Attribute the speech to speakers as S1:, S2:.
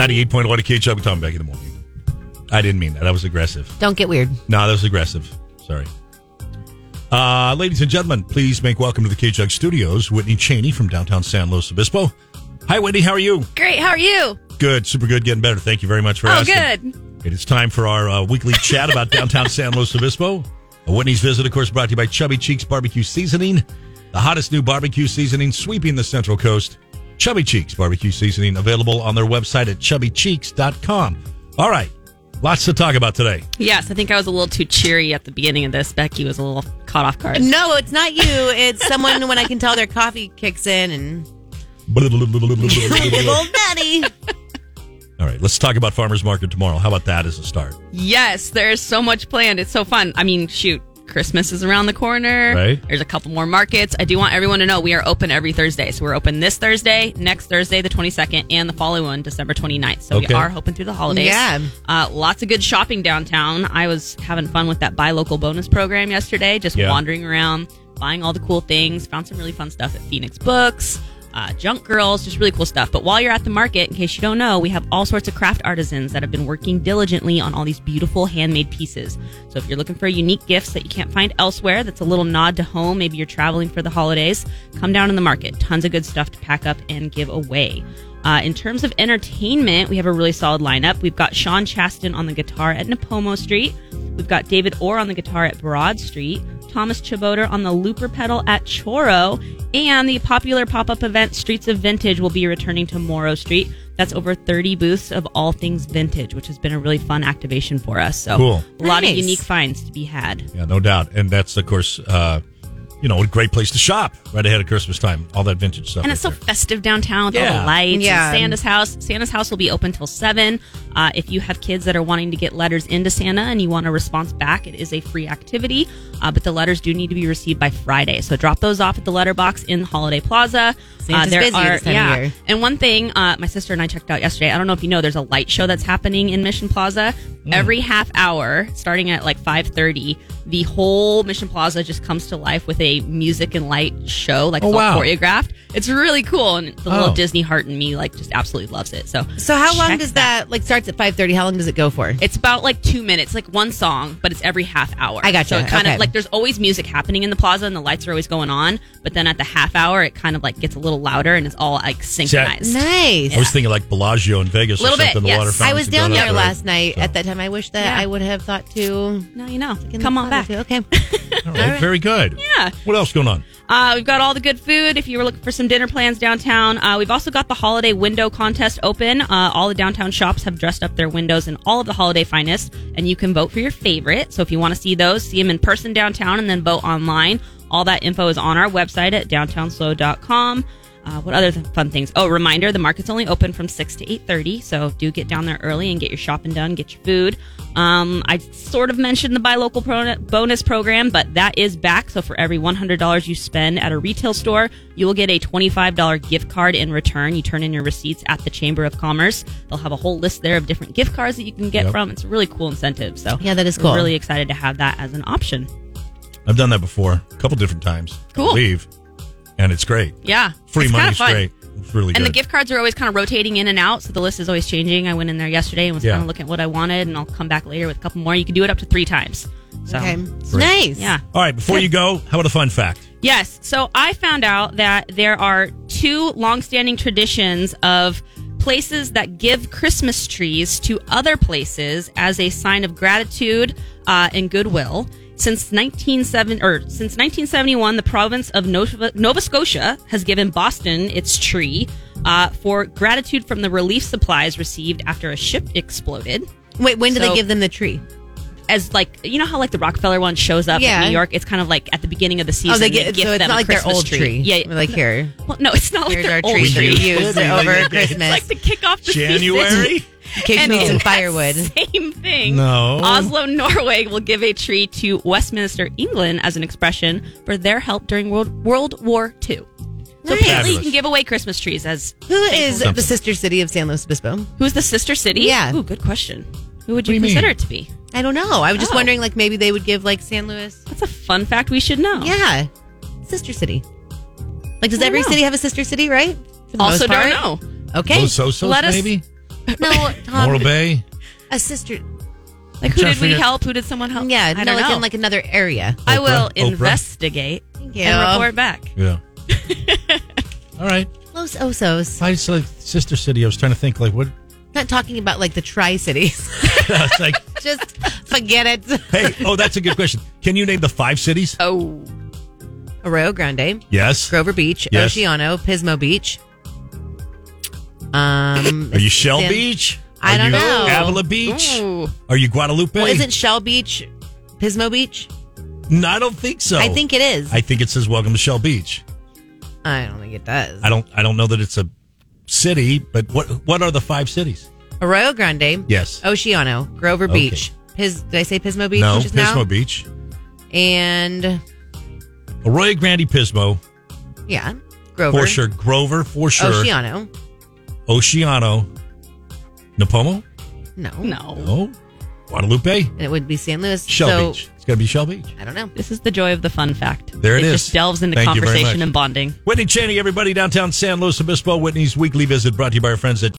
S1: 98.1 at KHL. We'll talking back in the morning. I didn't mean that. That was aggressive.
S2: Don't get weird.
S1: No, that was aggressive. Sorry. Uh, ladies and gentlemen, please make welcome to the KJUG studios Whitney Cheney from downtown San Luis Obispo. Hi, Whitney. How are you?
S3: Great. How
S2: Oh,
S3: are you?
S1: Good. Super good. Getting better. Thank you very much for
S3: Oh,
S1: asking.
S3: good.
S1: It is time for our uh, weekly chat about downtown San Luis Obispo. Whitney's visit, of course, brought to you by Chubby Cheeks Barbecue Seasoning, the hottest new barbecue seasoning sweeping the Central Coast. Chubby Cheeks Barbecue Seasoning available on their website at chubbycheeks.com. All right, lots to talk about today.
S3: Yes, I think I was a little too cheery at the beginning of this. Becky was a little caught off guard.
S2: No, it's not you. It's someone when I can tell their coffee kicks in and
S1: All
S2: little daddy.
S1: right, let's talk about farmers market tomorrow. How about that as a start?
S3: Yes, there's so much planned. It's so fun. I mean, shoot, Christmas is around the corner.
S1: Right.
S3: There's a couple more markets. I do want everyone to know we are open every Thursday. So we're open this Thursday, next Thursday, the 22nd, and the following one, December 29th. So
S1: Okay.
S3: we are hoping through the holidays.
S2: Yeah.
S3: Uh, lots of good shopping downtown. I was having fun with that buy local bonus program yesterday, just
S1: Yeah.
S3: wandering around, buying all the cool things, found some really fun stuff at Phoenix Books. Uh, junk girls, just really cool stuff. But while you're at the market, in case you don't know, we have all sorts of craft artisans that have been working diligently on all these beautiful handmade pieces. So if you're looking for unique gifts that you can't find elsewhere, that's a little nod to home, maybe you're traveling for the holidays, come down in the market. Tons of good stuff to pack up and give away. Uh, in terms of entertainment, we have a really solid lineup. We've got Sean Chaston on the guitar at Napomo Street. We've got David Orr on the guitar at Broad Street. Thomas Chiboter on the looper pedal at Choro. And the popular pop up event Streets of Vintage will be returning to Morrow Street. That's over 30 booths of all things vintage, which has been a really fun activation for us. So,
S1: Cool.
S3: a lot
S2: Nice.
S3: of unique finds to be had.
S1: Yeah, no doubt. And that's, of course, uh, you know, a great place to shop right ahead of Christmas time. All that vintage stuff.
S3: And
S1: right
S3: it's so
S1: there.
S3: festive downtown with all
S1: Yeah.
S3: the lights.
S2: Yeah.
S3: Yeah. Santa's house. Santa's house will be open till seven. Uh, if you have kids that are wanting to get letters into Santa and you want a response back, it is a free activity. Uh, but the letters do need to be received by Friday, so drop those off at the letter box in Holiday Plaza. Uh,
S2: Santa's busy this time of
S3: yeah.
S2: year.
S3: And one thing, uh, my sister and I checked out yesterday. I don't know if you know, there's a light show that's happening in Mission Plaza
S1: Mm.
S3: every half hour, starting at like five thirty. The whole Mission Plaza just comes to life with a music and light show, like
S1: Oh,
S3: it's all
S1: wow.
S3: choreo- choreographed. It's really cool, and the
S1: Oh.
S3: little Disney heart in me like just absolutely loves it. So,
S2: So how long
S3: check
S2: does that, like starts at five thirty? How long does it go for?
S3: It's about like two minutes, like one song, but it's every half hour.
S2: I gotcha.
S3: So it kind
S2: Okay.
S3: of like there's always music happening in the plaza, and the lights are always going on. But then at the half hour, it kind of like gets a little louder, and it's all like synchronized.
S2: nice.
S1: I was thinking like Bellagio in Vegas
S3: Little
S1: or
S3: bit,
S1: something. the
S3: yes.
S1: water
S2: I
S1: fountains
S2: was
S1: that go
S2: down
S1: out
S2: there
S1: there.
S2: last night
S1: So-
S2: at that time. I wish that
S3: Yeah.
S2: I would have thought to
S3: Now you know.
S2: in the
S3: Come on
S2: photo
S3: back.
S2: too. Okay.
S1: All right, Oh, Very good.
S3: Yeah.
S1: What else going on?
S3: Uh, we've got all the good food if you were looking for some dinner plans downtown. Uh, we've also got the holiday window contest open. Uh, all the downtown shops have dressed up their windows in all of the holiday finest, and you can vote for your favorite. So if you want to see those, see them in person downtown and then vote online. All that info is on our website at downtownslow.com. Uh, what other th- fun things? Oh, reminder: the market's only open from six to eight thirty, so do get down there early and get your shopping done, get your food. Um, I sort of mentioned the buy local pro- bonus program, but that is back. So for every one hundred dollars you spend at a retail store, you will get a twenty-five dollar gift card in return. You turn in your receipts at the Chamber of Commerce. They'll have a whole list there of different gift cards that you can get
S1: Yep.
S3: from. It's a really cool incentive. So
S2: Yeah, that is
S3: we're
S2: cool.
S3: Really excited to have that as an option.
S1: I've done that before a couple different times.
S3: Cool.
S1: I believe, and it's great.
S3: Yeah,
S1: Free
S3: it's kinda
S1: money is
S3: fun.
S1: great. It's really
S3: And
S1: good.
S3: the gift cards are always kind of rotating in and out, so the list is always changing. I went in there yesterday and was
S1: Yeah.
S3: kind of looking at what I wanted, and I'll come back later with a couple more. You can do it up to three times. So,
S2: Okay. Nice.
S3: yeah.
S1: All right, before you go, how about a fun fact?
S3: Yes. So I found out that there are two longstanding traditions of places that give Christmas trees to other places as a sign of gratitude uh, and goodwill. Since 1970 or since 1971, the province of Nova, Nova Scotia has given Boston its tree uh, for gratitude from the relief supplies received after a ship exploded
S2: Wait, when do they
S3: So-
S2: give them the tree?
S3: as like you know how like the Rockefeller one shows up
S2: Yeah.
S3: in New York. It's kind of like at the beginning of the season.
S2: Oh, they get
S3: gift
S2: so it's
S3: them
S2: not
S3: a
S2: like
S3: Christmas
S2: their old tree.
S3: Yeah,
S2: like here.
S3: well, no, it's not like
S2: Here's
S3: their
S2: our
S3: old
S2: tree that
S3: tree.
S2: you
S1: tree.
S2: used
S1: Like,
S2: over
S1: it's
S3: It's
S2: Christmas.
S3: like to kick off the
S1: January?
S3: season.
S2: Occasionally
S3: And
S2: some
S3: it's that
S2: firewood.
S3: Same thing.
S1: No.
S3: Oslo, Norway will give a tree to Westminster, England as an expression for their help during World, World War II. So
S2: Nice.
S3: apparently you
S1: Fabulous.
S3: can give away Christmas trees as
S2: Who is
S1: Something.
S2: the sister city of San Luis Obispo?
S3: who's the sister city?
S2: Yeah.
S3: Ooh, good question. Who would
S1: What do
S3: you
S1: you mean?
S3: consider it to be?
S2: I don't know. I was just
S3: Oh.
S2: wondering, like maybe they would give like San Luis.
S3: That's a fun fact we should know.
S2: Yeah, sister city. Like, does
S3: I don't
S2: every
S3: know.
S2: city have a sister city? Right. For the most
S3: Also don't
S2: part?
S3: know.
S2: Okay.
S1: Los Osos,
S3: let us-
S1: maybe?
S2: No, Tom,
S1: Morro Bay.
S2: a sister.
S3: Like, who
S1: Trying
S3: did
S1: to
S3: we
S1: figure-
S3: help? Who did someone help?
S2: Yeah, no,
S3: I don't
S2: like
S3: know.
S2: in like another area.
S3: I will
S1: Oprah, Oprah.
S3: investigate
S2: Thank
S3: and report back.
S1: Yeah. All right.
S2: Los Osos.
S1: I just like sister city. I was trying to think like what.
S2: Not talking about like the Tri Cities.
S1: It's like,
S2: Just forget it.
S1: hey, oh, that's a good question. Can you name the five cities?
S3: Oh,
S2: Arroyo Grande,
S1: Yes.
S2: Grover Beach,
S1: Yes.
S2: Oceano, Pismo Beach. Um,
S1: Are you Shell
S2: San-
S1: Beach?
S2: I
S1: Are
S2: don't
S1: you
S2: know.
S1: Avila Beach? Are you Guadalupe?
S2: Well, isn't Shell Beach Pismo Beach?
S1: no, I don't think so.
S2: I think it is.
S1: I think it says "Welcome to Shell Beach."
S2: I don't think it does.
S1: I don't. I don't know that it's a city, but what what are the five cities?
S2: Arroyo Grande.
S1: Yes.
S2: Oceano, Grover
S1: Okay.
S2: Beach. Pis, did I say Pismo Beach
S1: no,
S2: just
S1: Pismo
S2: now?
S1: Beach,
S2: And
S1: Arroyo Grande, Pismo,
S2: yeah, Grover.
S1: for sure. Grover, for sure.
S2: Oceano.
S1: Oceano, Napomo,
S2: No.
S3: no.
S1: no, Guadalupe,
S2: And it would be San Luis.
S1: Shell
S2: so,
S1: Beach. It's gonna be Shell Beach.
S2: I don't know.
S3: This is the joy of the fun fact.
S1: There it
S3: it
S1: is.
S3: just delves into
S1: Thank you very
S3: conversation
S1: much.
S3: and bonding.
S1: Whitney Cheney, everybody downtown San Luis Obispo. Whitney's weekly visit brought to you by our friends at